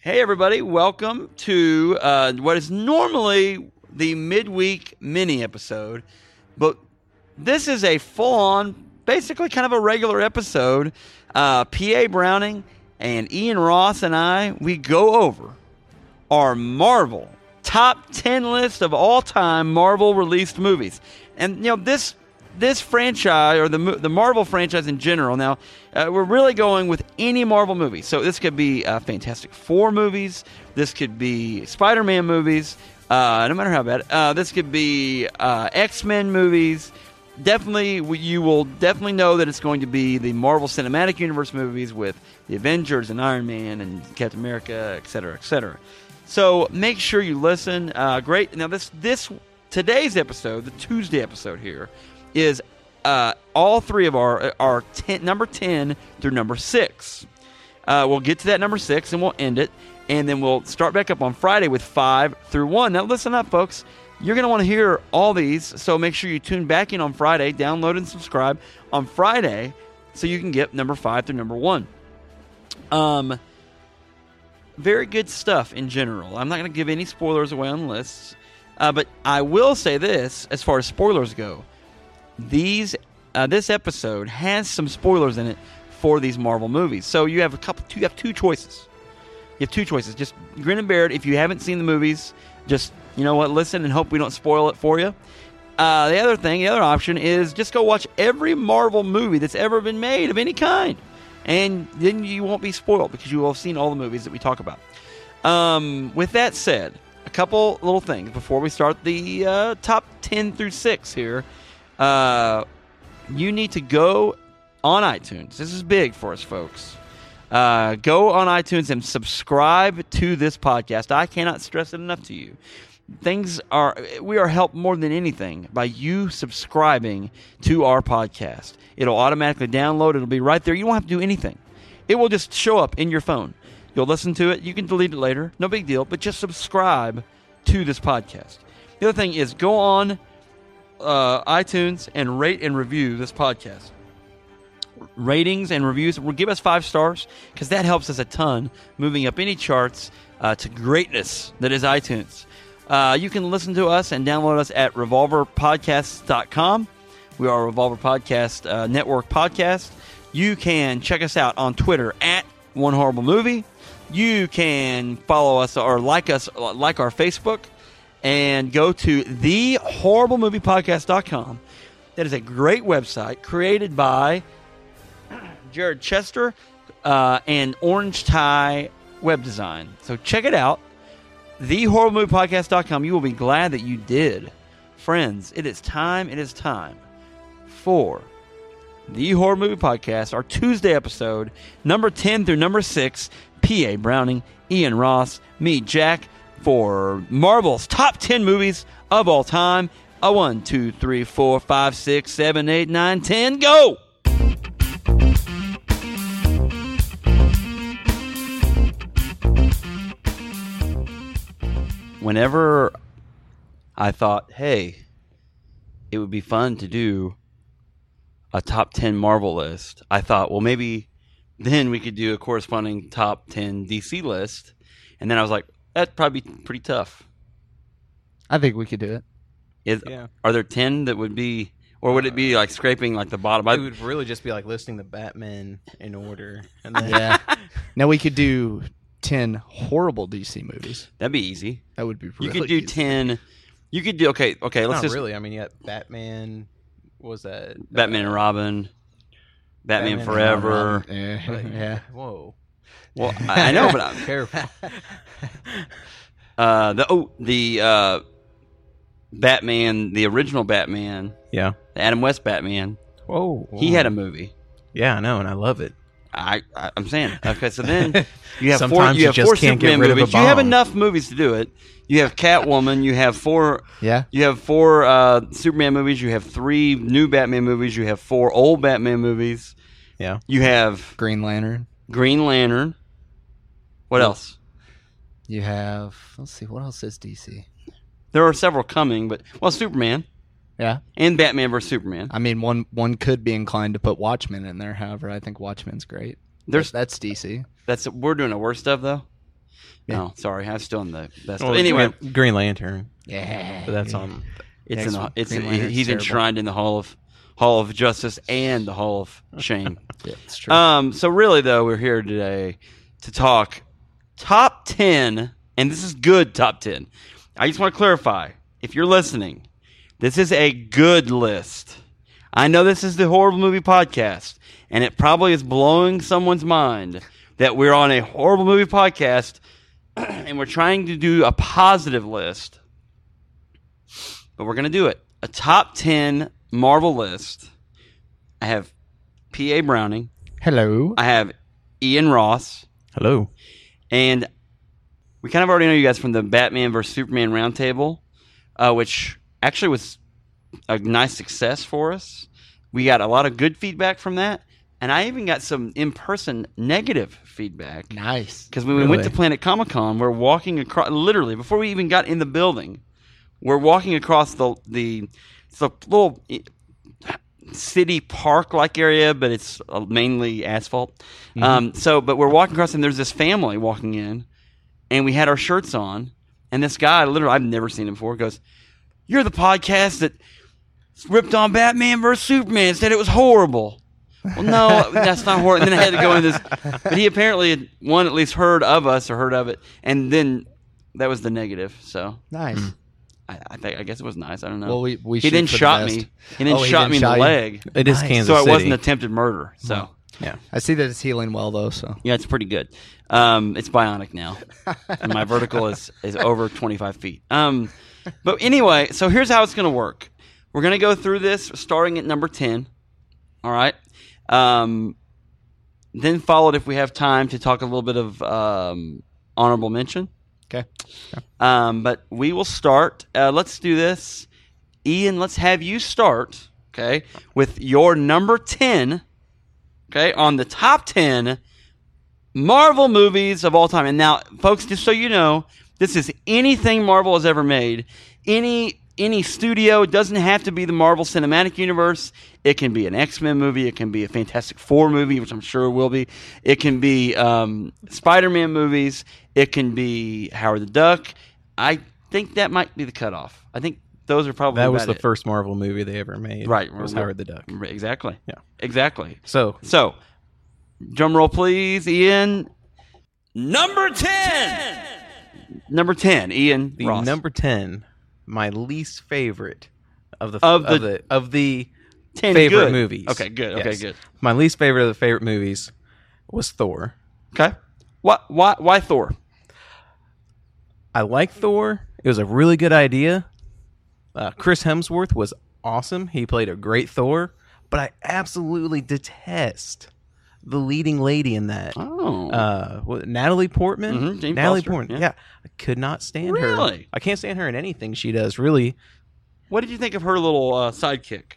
Hey, everybody, welcome to uh, what is normally the midweek mini episode, but this is a full on, basically kind of a regular episode. Uh, P.A. Browning and Ian Ross and I, we go over our Marvel top 10 list of all time Marvel released movies. And, you know, this. This franchise, or the mo- the Marvel franchise in general, now uh, we're really going with any Marvel movie. So this could be uh, Fantastic Four movies. This could be Spider-Man movies. Uh, no matter how bad. Uh, this could be uh, X-Men movies. Definitely, we- you will definitely know that it's going to be the Marvel Cinematic Universe movies with the Avengers and Iron Man and Captain America, et cetera, et cetera. So make sure you listen. Uh, great. Now this this today's episode, the Tuesday episode here, is uh, all three of our are ten, number ten through number six. Uh, we'll get to that number six and we'll end it, and then we'll start back up on Friday with five through one. Now listen up, folks. You're going to want to hear all these, so make sure you tune back in on Friday. Download and subscribe on Friday, so you can get number five through number one. Um, very good stuff in general. I'm not going to give any spoilers away on lists, uh, but I will say this as far as spoilers go: these uh, this episode has some spoilers in it for these Marvel movies. So you have a couple, two, you have two choices. You have two choices. Just grin and bear it. If you haven't seen the movies, just you know what, listen and hope we don't spoil it for you. Uh, the other thing, the other option is just go watch every Marvel movie that's ever been made of any kind, and then you won't be spoiled because you will have seen all the movies that we talk about. Um, with that said, a couple little things before we start the uh, top ten through six here. Uh, you need to go on iTunes. This is big for us, folks. Uh, go on iTunes and subscribe to this podcast. I cannot stress it enough to you. Things are we are helped more than anything by you subscribing to our podcast. It'll automatically download. It'll be right there. You won't have to do anything. It will just show up in your phone. You'll listen to it. You can delete it later. No big deal. But just subscribe to this podcast. The other thing is go on uh, iTunes and rate and review this podcast. Ratings and reviews. Well, give us five stars because that helps us a ton moving up any charts uh, to greatness that is iTunes. Uh, you can listen to us and download us at revolverpodcasts.com. We are a Revolver Podcast uh, Network podcast. You can check us out on Twitter at One Horrible Movie. You can follow us or like us, like our Facebook and go to thehorriblemoviepodcast.com. That is a great website created by Jared Chester uh, and Orange Tie Web Design. So check it out. Thehorriblemoviepodcast.com. You will be glad that you did. Friends, it is time. It is time for the Horror Movie Podcast, our Tuesday episode, number 10 through number 6, P.A. Browning, Ian Ross, me, Jack, for Marvel's top 10 movies of all time. A 1, 2, 3, 4, 5, 6, 7, 8, 9, 10, go! Whenever I thought, hey, it would be fun to do a top 10 Marvel list, I thought, well, maybe then we could do a corresponding top 10 DC list. And then I was like, that'd probably be pretty tough. I think we could do it. Is, Yeah. Are there 10 that would be, or would it be like scraping like the bottom? it I, would really just be like listing the Batman in order, and then Yeah. now we could do ten horrible DC movies. that'd be easy. That would be really You could do easy. 10. You could do, okay, okay, let's not just really. I mean, yeah, Batman what was that Batman and Robin, Batman, Batman and Forever. Yeah. Like, yeah. Whoa, Well, I I know, but I'm, careful. uh, the, oh, the uh, Batman, the original Batman, yeah. the Adam West Batman, Whoa. he had a movie. Yeah, I know, and I love it. I, I I'm saying okay. So then you have four. Sometimes You you have just four can't get Superman rid of a movies. You have bomb. enough movies to do it. You have Catwoman. You have four. Yeah. You have four uh, Superman movies. You have three new Batman movies. You have four old Batman movies. Yeah. You have Green Lantern. Green Lantern. What else? You have let's see, what else is DC? There are several coming, but well, Superman Yeah. and Batman versus Superman. I mean one one could be inclined to put Watchmen in there, however, I think Watchmen's great. There's that's DC. that's we're doing the worst stuff though. Yeah. Oh, sorry, I'm still in the best. Well, anyway, yeah, Green Lantern. Yeah. But that's um, on. it's Next in the, one. it's Green he- Lantern's he's terrible. enshrined in the hall of hall of justice and the hall of shame. Yeah, it's true. um, so really though, we're here today to talk top ten, and this is good top ten. I just want to clarify, if you're listening, this is a good list. I know this is the horrible movie podcast, and it probably is blowing someone's mind that we're on a horrible movie podcast and we're trying to do a positive list, but we're going to do it. A top 10 Marvel list. I have P.A. Browning, Hello. I have Ian Ross, Hello. and we kind of already know you guys from the Batman versus Superman roundtable, uh, which actually was a nice success for us. We got a lot of good feedback from that, and I even got some in person negative feedback. nice. Because when we went to Really? Planet Comic Con, we're walking across literally before we even got in the building, we're walking across the the it's a little eh, city park like area, but it's uh, mainly asphalt. Um, so, but we're walking across, and there's this family walking in, and we had our shirts on, and this guy literally I've never seen him before goes, "You're the podcast that." Ripped on Batman versus Superman, said it was horrible. Well, no, that's not horrible. And then I had to go into this. But he apparently had one at least heard of us or heard of it, and then that was the negative. So Nice. Mm. I, I think I guess it was nice. I don't know. Well, we we he shoot then for the shot best. me. He then Oh, he shot didn't me in shot the you? leg. It is Nice. Kansas So it City. wasn't attempted murder. So Yeah. I see that it's healing well though. So yeah, it's pretty good. Um, it's bionic now. and my vertical is is over 25 feet. Um, but anyway, so here's how it's going to work. We're going to go through this starting at number 10. All right. Um, then followed if we have time to talk a little bit of um, honorable mention. okay. Um, but we will start. Uh, let's do this. Ian, let's have you start, okay, with your number 10, okay, on the top 10 Marvel movies of all time. And now, folks, just so you know, this is anything Marvel has ever made. Any any studio it doesn't have to be the Marvel Cinematic Universe. It can be an X Men movie. It can be a Fantastic Four movie, which I'm sure it will be. It can be um, Spider Man movies. It can be Howard the Duck. I think that might be the cutoff. I think those are probably That was about the it. first Marvel movie they ever made. Right. It was Howard the Duck. Exactly. Yeah. Exactly. So So, drum roll, please, Ian. Number ten. Number ten, Ian the Ross. number ten, my least favorite of the Of the- of the ten favorite good. movies. Okay, good. Okay, Yes. good. my least favorite of the favorite movies was Thor. Okay. Why? Why? Why Thor? I like Thor. It was a really good idea. Uh, Chris Hemsworth was awesome. He played a great Thor, but I absolutely detest the leading lady in that. Oh. Uh, what- Natalie Portman. Mhm, Jane Natalie Foster, Portman. yeah. Yeah. I could not stand her. Really? I can't stand her in anything she does. Really, what did you think of her little uh, sidekick?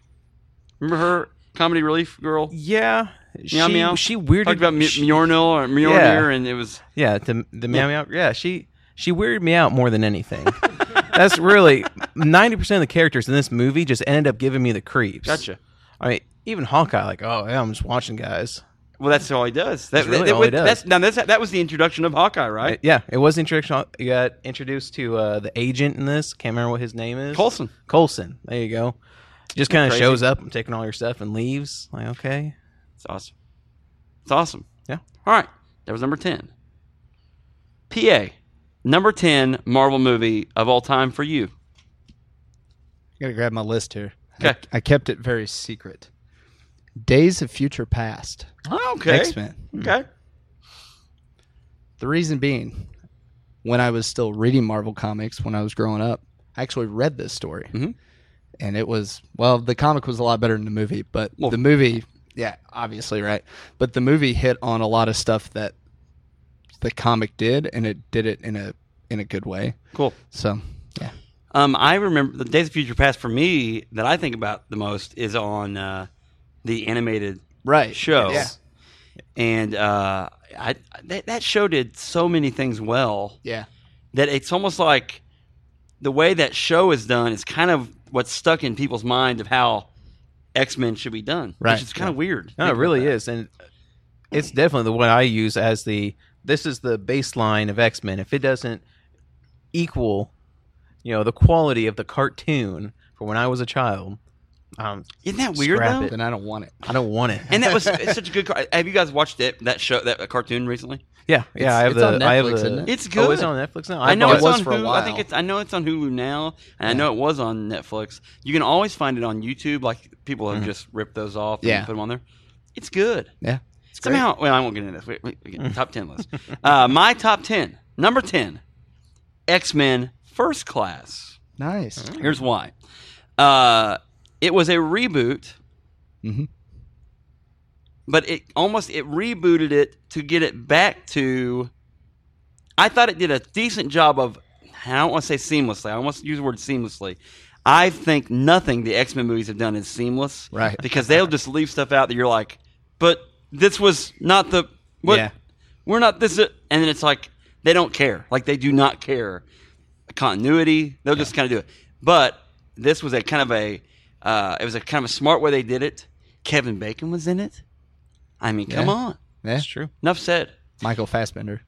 Remember her comedy relief girl? yeah. She Meow, meow. she weirded Talked about M- she- Mjornil or Mjolnir, and it was Yeah, the the meow meow. Yeah, she she weirded me out more than anything. That's really ninety percent of the characters in this movie just ended up giving me the creeps. gotcha. I mean, even Hawkeye, like, oh yeah, I'm just watching guys. Well, that's all he does. That, That's really that- all he does. That's, now that's, that was the introduction of Hawkeye, right? It- yeah, it was introduction. You got introduced to uh, the agent in this. Can't remember what his name is. Coulson. Colson. There you go. Just kind of Crazy. shows up, I'm taking all your stuff, and leaves. Like, okay, It's awesome. It's awesome. Yeah. All right. That was number 10. PA, number 10 Marvel movie of all time for you. I gotta grab my list here. Okay. I, I kept it very secret. Days of Future Past. okay. X Men. Okay. The reason being, when I was still reading Marvel comics when I was growing up, I actually read this story, Mhm. and it was well, the comic was a lot better than the movie, but Well- the movie, yeah, obviously, right, but the movie hit on a lot of stuff that the comic did, and it did it in a in a good way. Cool. So, yeah, Um, I remember the Days of Future Past for me that I think about the most is on uh, the animated right, show. yeah, And uh, I, that, that show did so many things well. yeah, that it's almost like the way that show is done is kind of what's stuck in people's mind of how X Men should be done. Right. Which is kind of weird. no, it really is, and it's definitely the one I use as the this is the baseline of X Men. If it doesn't equal, you know, the quality of the cartoon from when I was a child, um, Isn't that weird Scrap though? it. Then I don't want it. I don't want it. And that was it's such a good. Car- have you guys watched it? That show, that cartoon recently? Yeah, yeah. I have it's the. on I have Netflix, the. isn't it? It's good. Oh, it's on Netflix now. I know bought it's it was on for a Hulu. I while. think it's. I know it's on Hulu now, and I know it was on Netflix. You can always find it on YouTube. Like people have just ripped those off Mm-hmm. Yeah. and put them on there. It's good. Yeah. Somehow, well, I won't get into this. Wait, wait, we get- top ten list. Uh, my top ten. Number ten, X Men First Class. Nice. Here's why. Uh, it was a reboot, Mhm. but it almost it rebooted it to get it back to. I thought it did a decent job of. I don't want to say seamlessly. I almost use the word seamlessly. I think nothing the X Men movies have done is seamless, Right. Because they'll just leave stuff out that you're like, but this was not the what. Yeah. We're not this, and then it's like they don't care. Like they do not care continuity. They'll just kind of do it. But this was a kind of a uh, it was a kind of a smart way they did it. Kevin Bacon was in it. I mean, come Yeah. on. Yeah. It's true. Enough said. Michael Fassbender.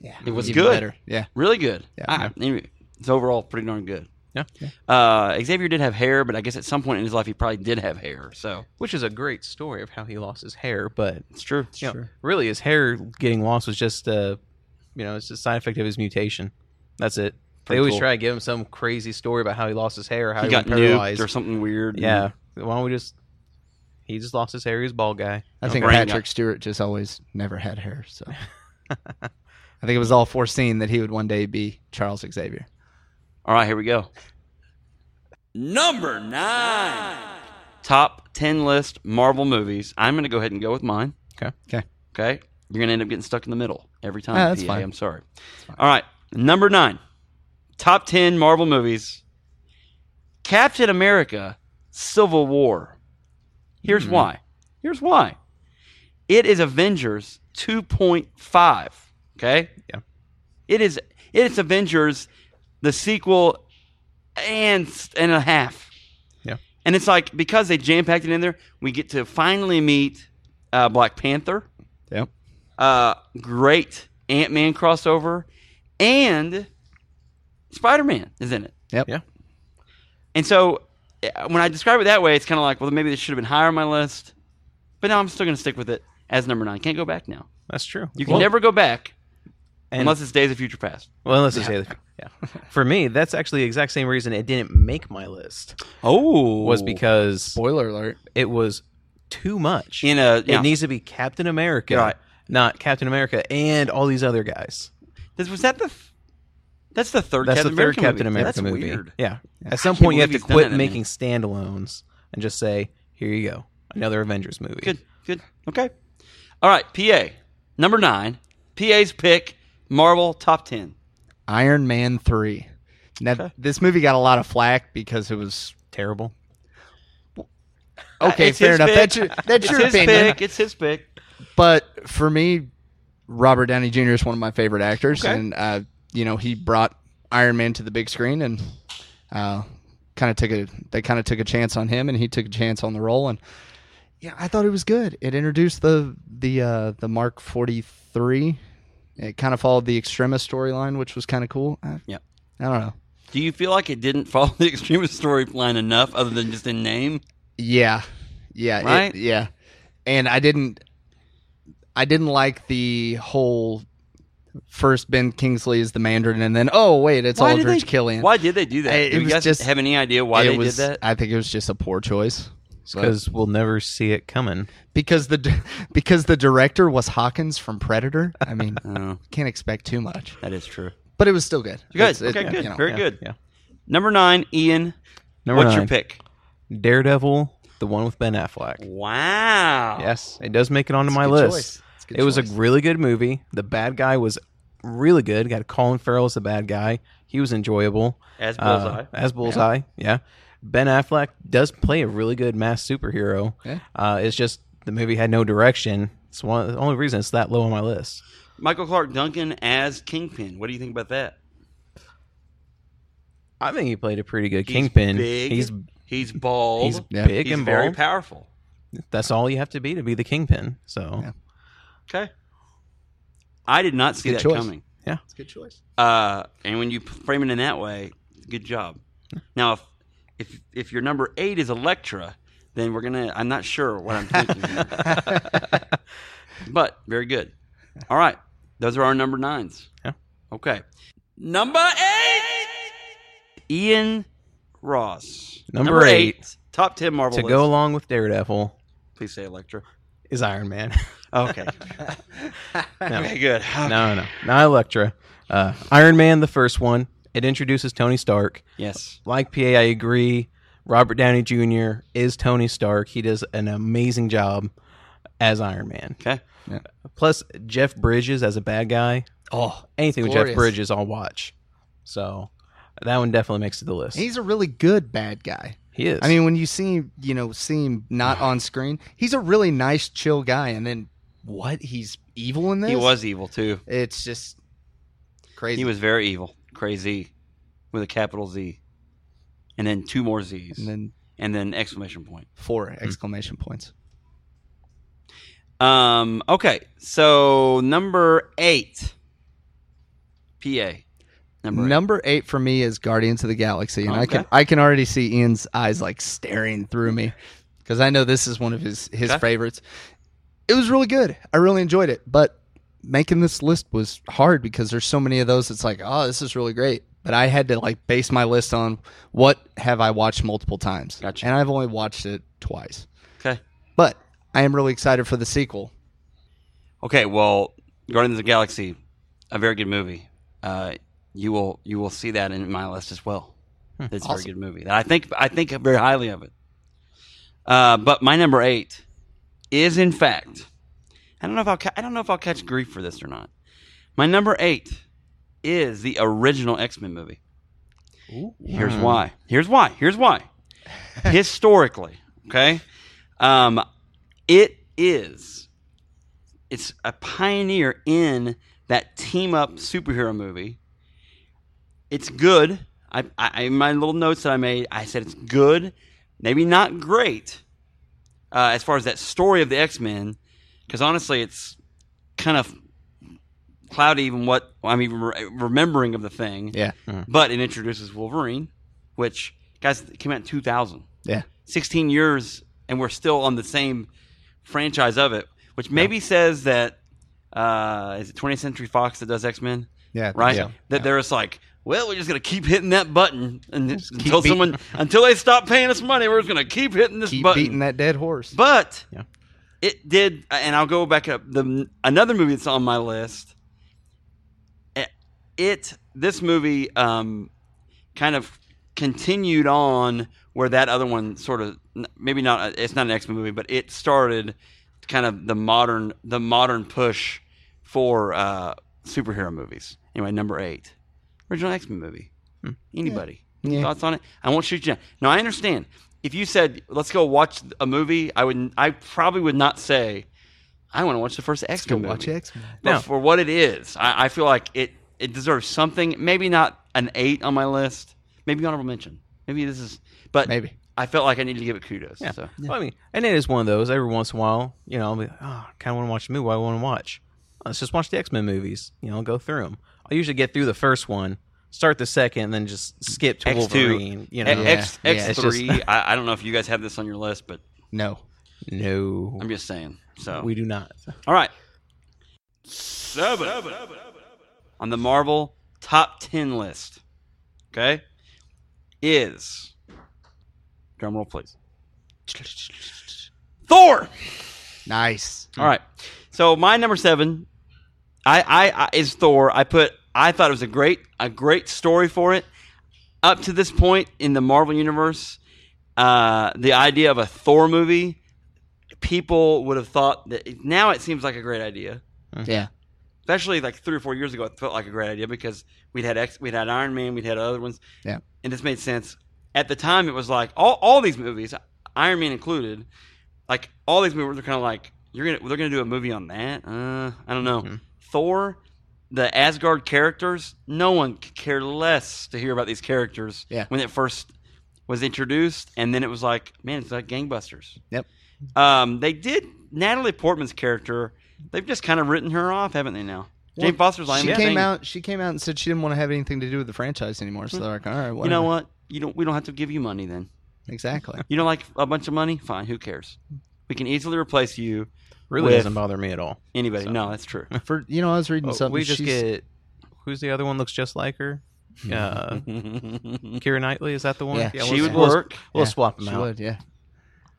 Yeah. It was good. Yeah. Really good. Yeah, I- anyway, it's overall pretty darn good. Yeah. Uh, Xavier did have hair, but I guess at some point in his life he probably did have hair. So Which is a great story of how he lost his hair, but it's true. you know, really his hair getting lost was just uh you know, it's a side effect of his mutation. That's it. they Pretty always cool. try to give him some crazy story about how he lost his hair, how He he, got got nuked paralyzed. or something weird. yeah. Why don't we just he just lost his hair, he's a bald guy. I think brain Patrick Stewart just always never had hair. So I think it was all foreseen that he would one day be Charles Xavier. All right, here we go. Number nine. Top 10 list Marvel movies. I'm going to go ahead and go with mine. Okay. Okay. Okay. You're going to end up getting stuck in the middle every time. Ah, that's PA. fine. I'm sorry. All right. Number nine. Top 10 Marvel movies Captain America Civil War. Here's Hmm. why. Here's why. It is Avengers 2.5. Okay. Yeah. It is it's Avengers, the sequel, and and a half. Yeah. And it's like because they jam packed it in there, we get to finally meet uh, Black Panther. Yep. Uh, great Ant Man crossover, and Spider Man is in it. Yep. Yeah. And so uh, when I describe it that way, it's kind of like, well, maybe this should have been higher on my list, but now I'm still going to stick with it as number nine. Can't go back now. That's true. You can Well, never go back and- unless it's Days of Future Past. well unless it's yeah. yeah. For me, that's actually the exact same reason it didn't make my list. Oh, Was because Spoiler alert. it was too much. in a yeah. It needs to be Captain America, Right. not Captain America and all these other guys. This- was that the th- that's the third That's Captain the third America Captain movie. America that's movie. Weird. Yeah. At I some can't point, you have to believe he's done quit that, I making mean. standalones and just say, "Here you go, another Avengers movie." Good, good, okay. All right, PA number nine. PA's pick: Marvel top ten. Iron Man 3. Now, this movie got a lot of flack because it was. Terrible. Okay, Uh, it's fair his enough. pick. That's your, that's It's your his opinion. pick. It's his pick. But for me, Robert Downey Jr. is one of my favorite actors, Okay. and uh, you know he brought Iron Man to the big screen, and uh, kind of took a they kind of took a chance on him, and he took a chance on the role, and yeah, I thought it was good. It introduced the the uh, the Mark Forty Three. It kind of followed the Extremist storyline, which was kind of cool. I, Yep. I don't know. Do you feel like it didn't follow the extremist storyline enough, other than just in name? Yeah, yeah, it- Right? yeah. And I didn't, I didn't like the whole first Ben Kingsley is the Mandarin, and then oh wait, it's Why did Aldrich they- Killian. Why did they do that? I- it do you was guys just- have any idea why it they was, did that? I think it was just a poor choice Because we'll never see it coming. because the d- because the director was Hawkins from Predator. I mean, Oh, can't expect too much, that is true. but it was still good. Good. It's- it- okay. good. you know, Very Yeah, good. Yeah. Number nine, Ian. Number what's your nine. pick? Daredevil, the one with Ben Affleck. Wow. Yes, it does make it onto it's a my good list. choice. It's a It good was a choice. really good movie. The bad guy was really good. Got Colin Farrell as the bad guy. He was enjoyable. As Uh, bullseye. as Bullseye, yeah. Ben Affleck does play a really good mass superhero. Yeah. Uh, it's just the movie had no direction. It's one the only reason it's that low on my list. Michael Clark Duncan as Kingpin. What do you think about that? I think he played a pretty good He's kingpin. big. He's He's bald. he's Yeah. big He's and very bald. powerful. That's all you have to be to be the kingpin. So Yeah. Okay. I did not see Good that choice. coming. It's a good choice. Uh, and when you p- frame it in that way, good job. Now, if if if your number eight is Electra, then we're gonna. I'm not sure what I'm thinking, here. but very good. All right, those are our number nines. Yeah. Okay. Number eight, Ian Ross. Number top ten Marvel to list. go along with Daredevil Please say Electra. is Iron Man. Okay. Okay, good. no, no, not Elektra. Uh, Iron Man, the first one. It introduces Tony Stark. Yes. Like PA, I agree. Robert Downey Jr. is Tony Stark. He does an amazing job as Iron Man. Okay. Plus Jeff Bridges as a bad guy. Oh, anything with Jeff glorious. Bridges, I'll watch. So that one definitely makes it to the list. He's a really good bad guy. he is. I mean, when you see him, you know, see him not on screen, he's a really nice, chill guy. And then what? He's evil in this. He was evil too. It's just crazy. He was very evil, crazy, with a capital Z, and then two more Z's, and then and then exclamation point. four exclamation points. Um. Okay. So number eight. PA. Number. eight. Number eight for me is Guardians of the Galaxy, and I Okay. can I can already see Ian's eyes like staring through me because I know this is one of his his Okay. favorites. It was really good. I really enjoyed it, but making this list was hard because there's so many of those. It's like, oh, this is really great, but I had to like base my list on what have I watched multiple times, Gotcha. and I've only watched it twice. Okay. But I am really excited for the sequel. Okay. Well, Guardians of the Galaxy, a very good movie. Uh, you will you will see that in my list as well. It's a very Awesome. good movie. I think I think very highly of it. Uh, but my number eight is in fact, I don't know if I'll ca- I don't know if I'll catch grief for this or not. My number eight is the original X Men movie. Here's Hmm. why. Here's why. Here's why. Historically, okay, um, it is. It's a pioneer in that team up superhero movie. It's good. I, I in my little notes that I made, I said it's good, maybe not great, uh, as far as that story of the X Men, because honestly, it's kind of cloudy even what I'm even re- remembering of the thing. Yeah, But it introduces Wolverine, which guys it came out in 2000. yeah, 16 years and we're still on the same franchise of it, which maybe says that uh, is it 20th Century Fox that does X Men, yeah. right? Yeah. That they're just like, well, we're just gonna keep hitting that button and it's- until beating- someone until they stop paying us money, we're just gonna keep hitting this Keep button. beating that dead horse. But Yeah. it did, and I'll go back up the another movie that's on my list. eh, It this movie um, kind of continued on where that other one sort of maybe not uh, it's not an X Men movie, but it started kind of the modern the modern push for uh, superhero movies. Anyway, number eight, original X Men movie. Anybody Any Hmm. Yeah. thoughts on it? I won't shoot you. down. Now I understand if you said let's go watch a movie, I would I probably would not say I want to watch the first X Men movie. X Men. But No. for what it is, I, I feel like it it deserves something. Maybe not an eight on my list. Maybe honorable mention. Maybe this is. But Maybe. I felt like I needed to give it kudos. Yeah. So Well, I mean, and it is one of those. Every once in a while, you know, I'll be, oh, I kind of want to watch a movie. What I want to watch. Uh, Let's just watch the X Men movies. You know, go through them. I usually get through the first one, start the second, and then just skip to X2. Wolverine. You know, A- X Yeah, X yeah, it's just- three. I, I don't know if you guys have this on your list, but No. no, I'm just saying. So we do not. all right. Seven. on the Marvel top ten list. Okay, is drum roll please. Thor. Nice. Hmm. All right. So my number seven, I, I, I is Thor. I put. I thought it was a great a great story for it. Up to this point in the Marvel universe, uh, the idea of a Thor movie, people would have thought that. Now it seems like a great idea. Yeah. Especially like three or four years ago, it felt like a great idea because we'd had X, we'd had Iron Man, we'd had other ones. Yeah. and this made sense. At the time, it was like all, all these movies, Iron Man included, like all these movies are kind of like you're gonna they're gonna do a movie on that. Uh, I don't know. Mm-hmm. Thor, the Asgard characters, no one could care less to hear about these characters Yeah. when it first was introduced, and then it was like, man, it's like gangbusters. Yep. Um, they did Natalie Portman's character. They've just kind of written her off, haven't they? Now Jane Foster's line. She was came saying, out. She came out and said she didn't want to have anything to do with the franchise anymore. So they're like, all right, You know whatever." what? You don't. We don't have to give you money then. Exactly. You don't like a bunch of money? Fine. Who cares? We can easily replace you. Really With- doesn't bother me at all. Anybody? So- No, that's true. For you know, I was reading Oh, something. we just she's- get who's the other one looks just like her? Uh, Kira Knightley is that the one? Yeah. she we'll, would we'll- work. We'll Yeah, swap them she out. would, yeah.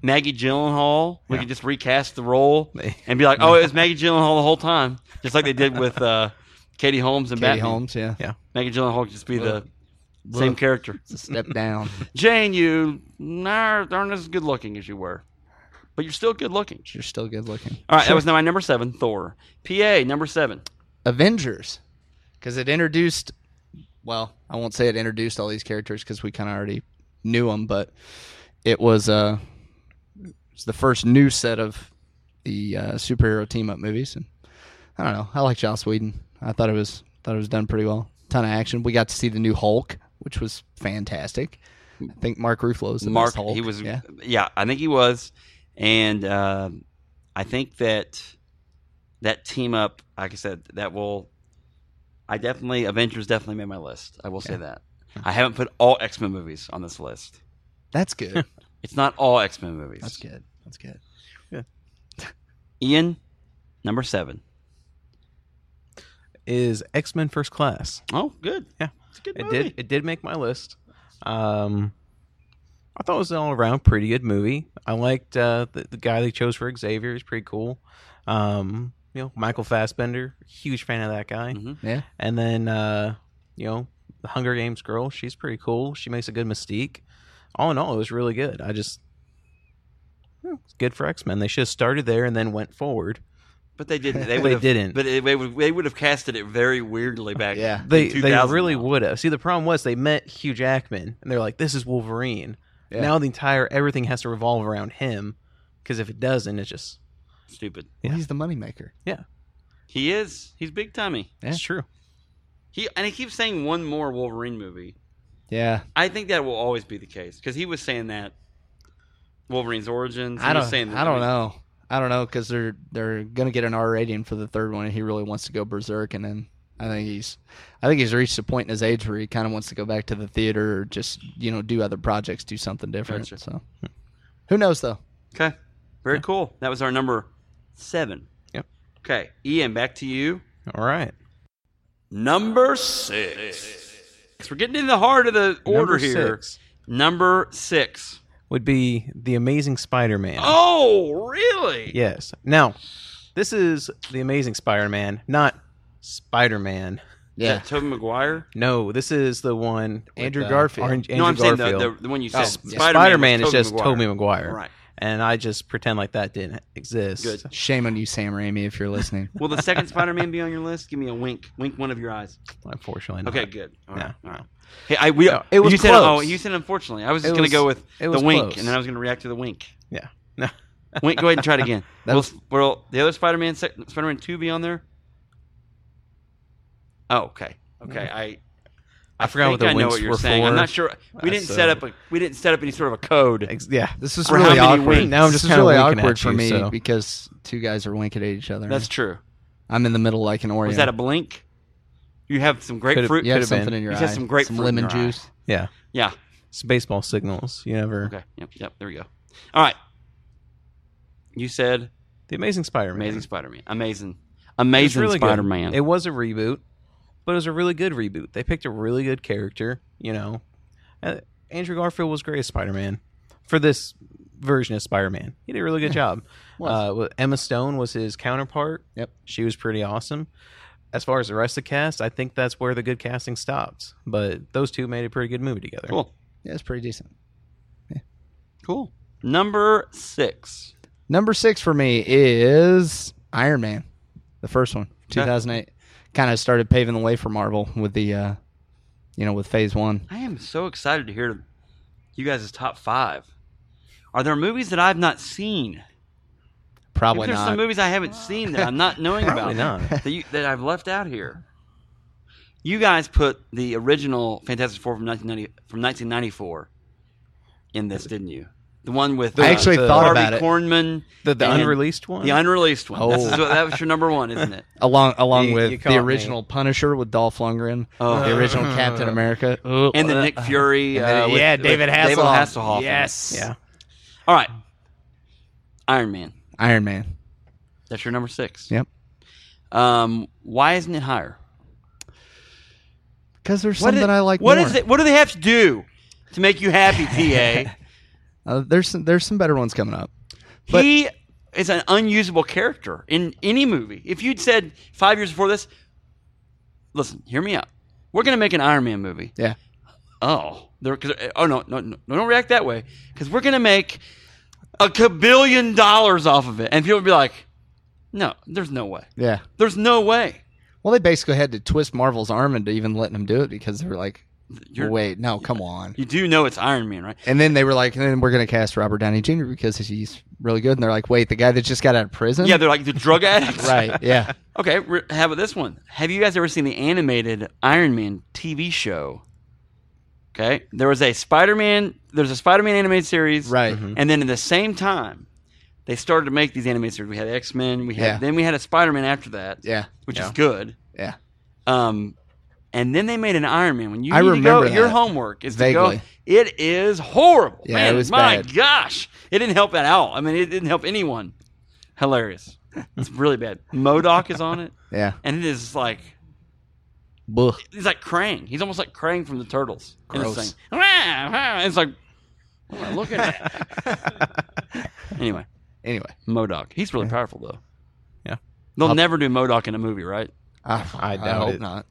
Maggie Gyllenhaal. We Yeah. could just recast the role They- and be like, oh, it was Maggie Gyllenhaal the whole time, just like they did with uh, Katie Holmes and Katie Batman. Holmes. Yeah. Maggie Gyllenhaal could just be the Look. same character. It's a step down. Jane, you nah, aren't as good looking as you were, but you're still good looking. You're still good looking. All right, that was my number seven, Thor. PA number seven. Avengers, because it introduced. Well, I won't say it introduced all these characters because we kind of already knew them, but it was uh, it was the first new set of the uh, superhero team up movies, and I don't know. I like Joss Whedon. I thought it was thought it was done pretty well. Ton of action. We got to see the new Hulk, which was fantastic. I think Mark Ruffalo is the Mark, best Hulk. he was, yeah. yeah. I think he was, and uh, I think that that team up, like I said, that will. I definitely Avengers definitely made my list. I will say that. I haven't put all X Men movies on this list. That's good. It's not all X Men movies. That's good. That's good. Ian, number seven. Is X Men First Class? Oh, good. Yeah. it's a good It movie. did. It did make my list. Um, I thought it was an all around pretty good movie. I liked uh, the, the guy they chose for Xavier. He's pretty cool. Um, you know, Michael Fassbender, huge fan of that guy. Mhm. Yeah. And then uh, you know, the Hunger Games girl. She's pretty cool. She makes a good mystique. All in all, it was really good. I just Hmm, it's good for X Men. They should have started there and then went forward. but they didn't. They, They, would have, didn't. But it, they would they would have casted it very weirdly back. Yeah. They in they 2000 really now. would have. See, the problem was they met Hugh Jackman, and they're like, "This is Wolverine." Yeah. Now the entire everything has to revolve around him, because if it doesn't, it's just Stupid. Yeah. He's the moneymaker. He is. He's big timey. it's true. He and he keeps saying one more Wolverine movie. Yeah. I think that will always be the case because he was saying that Wolverine's origins. He I was don't. saying that, I don't mean, know. I don't know because they're they're gonna get an R rating for the third one, and he really wants to go berserk. And then I think he's, I think he's reached a point in his age where he kind of wants to go back to the theater or just you know do other projects, do something different. Gotcha. So, who knows though? Okay, very cool. That was our number seven. Yep. Okay, Ian, back to you. All right, Number six. We're getting in the heart of the order Number here. six Number six. would be the Amazing Spider-Man. Oh, really? Yes. Now, this is the Amazing Spider-Man, not Spider-Man. Is that Tobey Maguire. No, this is the one with, Andrew uh, Garfield. Orange- no, Andrew I'm saying Garfield. Oh, the, the, the one you said. yeah. Spider-Man, Spider-Man with is just Maguire. Tobey Maguire, Right. And I just pretend like that didn't exist. Good. Shame on you, Sam Raimi, if you're listening. Will the second Spider-Man be on your list? Give me a wink. Wink one of your eyes. Unfortunately, not. Okay, good. All right, No. all right. Hey, I we No, it was you said oh close. you said unfortunately. I was It just gonna was- go with it the was wink, close. and then I was gonna react to the wink. Yeah. No. Wink. Go ahead and try it again. That will, was- will the other Spider-Man, sec- Spider-Man two, be on there? Oh, okay, okay. I I forgot think what the I know winks what you're were saying. for. I'm not sure. We Uh, didn't so- set up. A, we didn't set up any sort of a code. Ex- yeah. This is For how really many awkward. winks? Now I'm This just is kinda really winking awkward at for you, me so- because two guys are winking at each other. That's true. I'm in the middle like an Oreo. Was that a blink? You have some grapefruit. you have could've been. something in your You eye. said some grapefruit some lemon in your eye. juice. Yeah. Yeah. It's baseball signals. You never. Okay. Yep. Yep. There we go. All right. You said The Amazing Spider-Man. Amazing Spider-Man. Amazing. It was Amazing really good. Spider-Man. It was a reboot, but it was a really good reboot. They picked a really good character. You know, Uh, Andrew Garfield was great as Spider-Man for this version of Spider-Man. He did a really good job. Was. Uh, with- Emma Stone was his counterpart. Yep. she was pretty awesome. As far as the rest of the cast, I think that's where the good casting stopped. But those two made a pretty good movie together. Cool. Yeah, it's pretty decent. Cool. Number six. Number six for me is Iron Man, the first one, 2008. Kind of started paving the way for Marvel with the, uh, you know, with Phase One. I am so excited to hear you guys' top five. Are there movies that I've not seen? Maybe Probably there's some not. movies I haven't seen that I'm not knowing Probably about. not. That, you, that I've left out here. You guys put the original Fantastic Four from 1990 from 1994 in this, didn't you? the one with I actually the thought Harvey about it. Kornman, The, the and unreleased one? the unreleased one. That's, Oh. is what- that was your number one, isn't it? along along You- with you caught the me. original Punisher with Dolph Lundgren, Oh. the original Captain America, uh, And the Nick Fury, And then- uh, with- yeah, with David Hasselhoff. David Hasselhoff. Yes, yeah. All right, Iron Man. Iron Man. That's your number six. Yep. Um, why isn't it higher? Because there's What something did- I like. What more. is it? What do they have to do to make you happy, TA? Uh, there's some, there's some better ones coming up. But- he is an unusable character in any movie. If you'd said five years before this, listen, hear me out. We're going to make an Iron Man movie. Yeah, Oh, there. 'cause- Oh no, no, no, no, don't react that way. Because we're going to make a kabillion dollars off of it, and people would be like, "No, there's no way. yeah. There's no way." Well, they basically had to twist Marvel's arm into even letting them do it because they were like, You're- "Wait, no, come on." You do know it's Iron Man, right? And then they were like, and then we're going to cast Robert Downey Jr. because he's really good. And they're like, wait, the guy that just got out of prison? Yeah, they're like the drug addicts. right. Yeah. Okay, re- how about this one? Have you guys ever seen the animated Iron Man TV show? Okay, there was a Spider Man. There's a Spider Man animated series, Right. Mm-hmm. And then at the same time, they started to make these animated series. We had X Men. We had Yeah. then we had a Spider Man after that, Yeah. which Yeah. is good. Yeah. Um, and then they made an Iron Man. When you I need to go, remember your that. homework is to Vaguely. go. It is horrible. Yeah, Man, it was my bad. gosh, it didn't help at all. I mean, it didn't help anyone. Hilarious. It's really bad. Modoc is on it Yeah. and it is like Blech. he's like Krang. He's almost like Krang from the Turtles. in this Gross. thing. And It's like what am I looking at. anyway, Anyway, Modoc. He's really powerful though. Yeah. They'll I'll- never do Modoc in a movie, right? I, I I doubt hope it. not.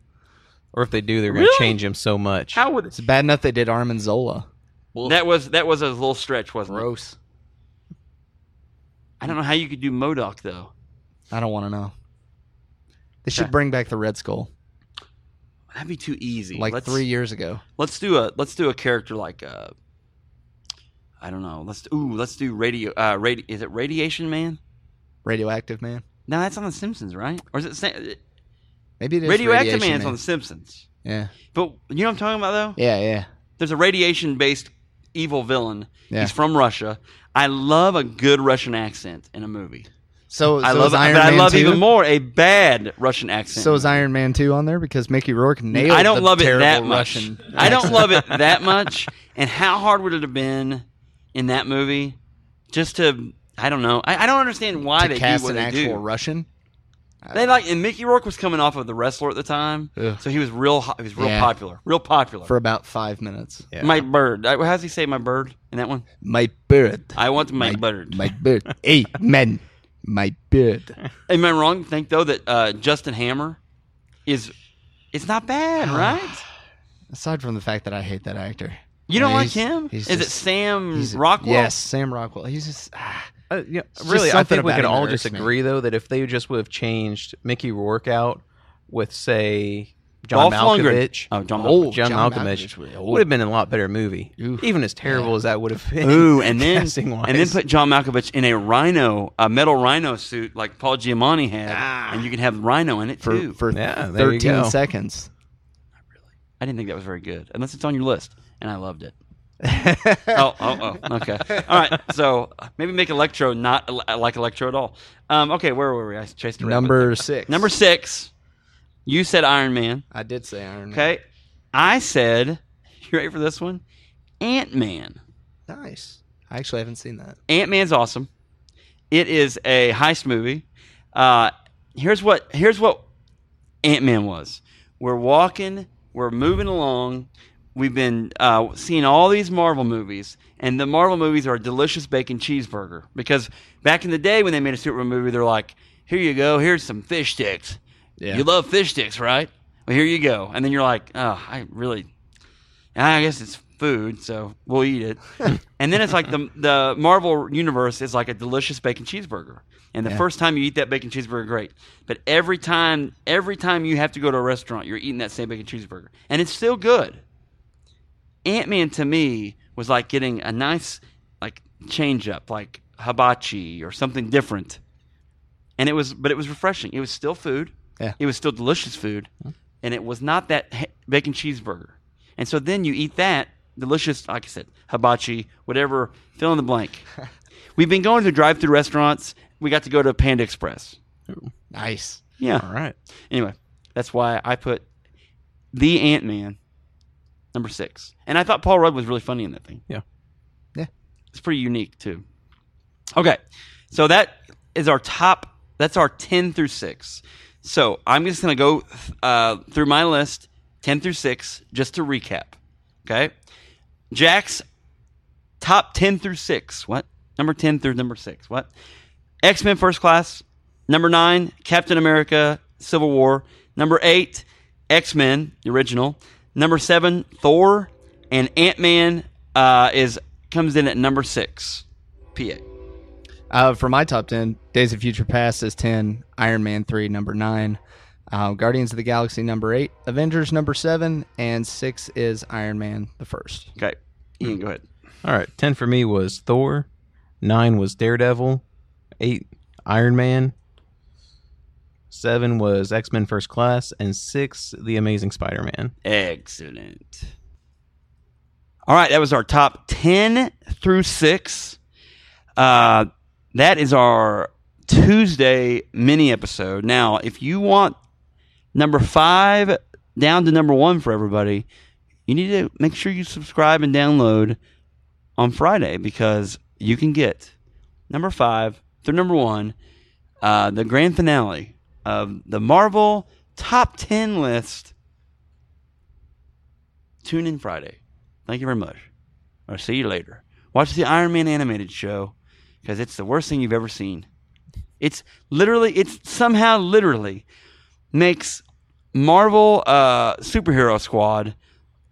Or if they do, they're going to Really? change him so much. How would It's bad enough they did Armin Zola. that was that was a little stretch, wasn't it? Gross. I don't know how you could do Modoc though. I don't want to know. Okay. They should bring back the Red Skull That'd be too easy. like let's, three years ago. Let's do a let's do a character like uh I don't know. Let's ooh let's do radio uh radi- is it Radiation Man? Radioactive Man. No, that's on The Simpsons, right? Or is it? Sa- uh, Maybe it is. Radioactive Radiation Man's on The Simpsons. Yeah. But you know what I'm talking about, though? Yeah. Yeah. There's a radiation based evil villain. Yeah. He's from Russia. I love a good Russian accent in a movie. So, so I love is Iron but Man I love 2? even more a bad Russian accent. So is Iron Man 2 on there because Mickey Rourke nailed I don't the love it terrible that much. Russian. I don't love it that much. And how hard would it have been in that movie just to, I don't know. I, I don't understand why to they cast do what an they do. actual Russian. They like and Mickey Rourke was coming off of the wrestler at the time, Ugh. so he was real. ho- He was real Yeah. popular, real popular. for about five minutes. Yeah. My bird. Uh, How does he say my bird in that one? My bird, I want my, bird. my bird. hey, man, my bird. Am I wrong to think though that uh, Justin Hammer is it's not bad, right? Aside from the fact that I hate that actor, You don't Yeah, like he's- him? Is he's it just- Sam He's- Rockwell? Yes, Sam Rockwell. He's just ah, Uh, yeah, just really, I something think we about could him all that just irks me. agree, though, that if they just would have changed Mickey Rourke out with, say, John Dolph Lundgren. Malkovich, Oh, John Oh, Malkovich. John, John Malkovich, Malkovich would- would have been a lot better movie, Oof. even as terrible as that would have been. Ooh, and then casting-wise. and then put John Malkovich in a rhino, a metal rhino suit like Paul Giamatti had, and you can have rhino in it Ah. for too. for Yeah, there you thirteen go. seconds. I didn't think that was very good, unless it's on your list, and I loved it. oh, oh, oh. Okay. All right. So maybe make Electro not el- like Electro at all. Um, okay, where were we? I chased the rabbit Number there. six. Number six. You said Iron Man. I did say Iron Man. Okay. I said, you ready for this one? Ant Man. Nice. I actually haven't seen that. Ant Man's awesome. It is a heist movie. Uh, here's what here's what Ant Man was. We're walking, we're moving along. We've been uh, seeing all these Marvel movies, and the Marvel movies are a delicious bacon cheeseburger. Because back in the day when they made a Superman movie, they're like, "Here you go, here's some fish sticks. Yeah. You love fish sticks, right? Well, here you go." And then you're like, "Oh, I really I guess it's food, so we'll eat it. and then it's like the the Marvel universe is like a delicious bacon cheeseburger. And the first time you eat that bacon cheeseburger, great. But every time, every time you have to go to a restaurant, you're eating that same bacon cheeseburger, and it's still good. Ant Man to me was like getting a nice like change up, like hibachi or something different. And it was, but it was refreshing. It was still food. Yeah. It was still delicious food, and it was not that he- bacon cheeseburger. And so then you eat that, delicious, like I said, hibachi, whatever, fill in the blank. We've been going to drive through restaurants. We got to go to Panda Express. Nice. Yeah. All right. Anyway, that's why I put the Ant Man number six. And I thought Paul Rudd was really funny in that thing. Yeah. Yeah. It's pretty unique too. Okay. So that is our top that's our ten through six. So I'm just gonna go uh, through my list, ten through six, just to recap. Okay. Jack's top ten through six. What? Number ten through number six. What? X Men First Class. Number nine, Captain America Civil War. Number eight, X Men, the original. Number seven, Thor. And Ant Man uh, is comes in at number six. PA. Uh, for my top 10, Days of Future Past is 10, Iron Man 3, number 9, uh, Guardians of the Galaxy, number 8, Avengers, number 7, and 6 is Iron Man, the first. Okay. Ian, go ahead. All right. 10 for me was Thor. 9 was Daredevil. 8 Iron Man. 7 was X Men First Class. And 6 The Amazing Spider Man. Excellent. All right, that was our top 10 through 6. Uh, that is our Tuesday mini episode. Now, if you want number 5 down to number 1 for everybody, you need to make sure you subscribe and download on Friday because you can get number 5 through number 1 uh, the grand finale of the Marvel top 10 list Tune in Friday. Thank you very much. I'll see you later. Watch the Iron Man animated show because it's the worst thing you've ever seen. It's literally, it's somehow literally makes Marvel uh, Superhero Squad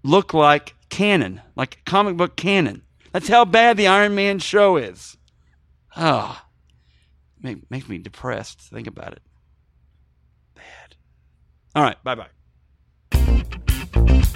look like canon, like comic book canon. That's how bad the Iron Man show is. Ah, make, makes me depressed. to Think about it. Bad. All right, bye bye.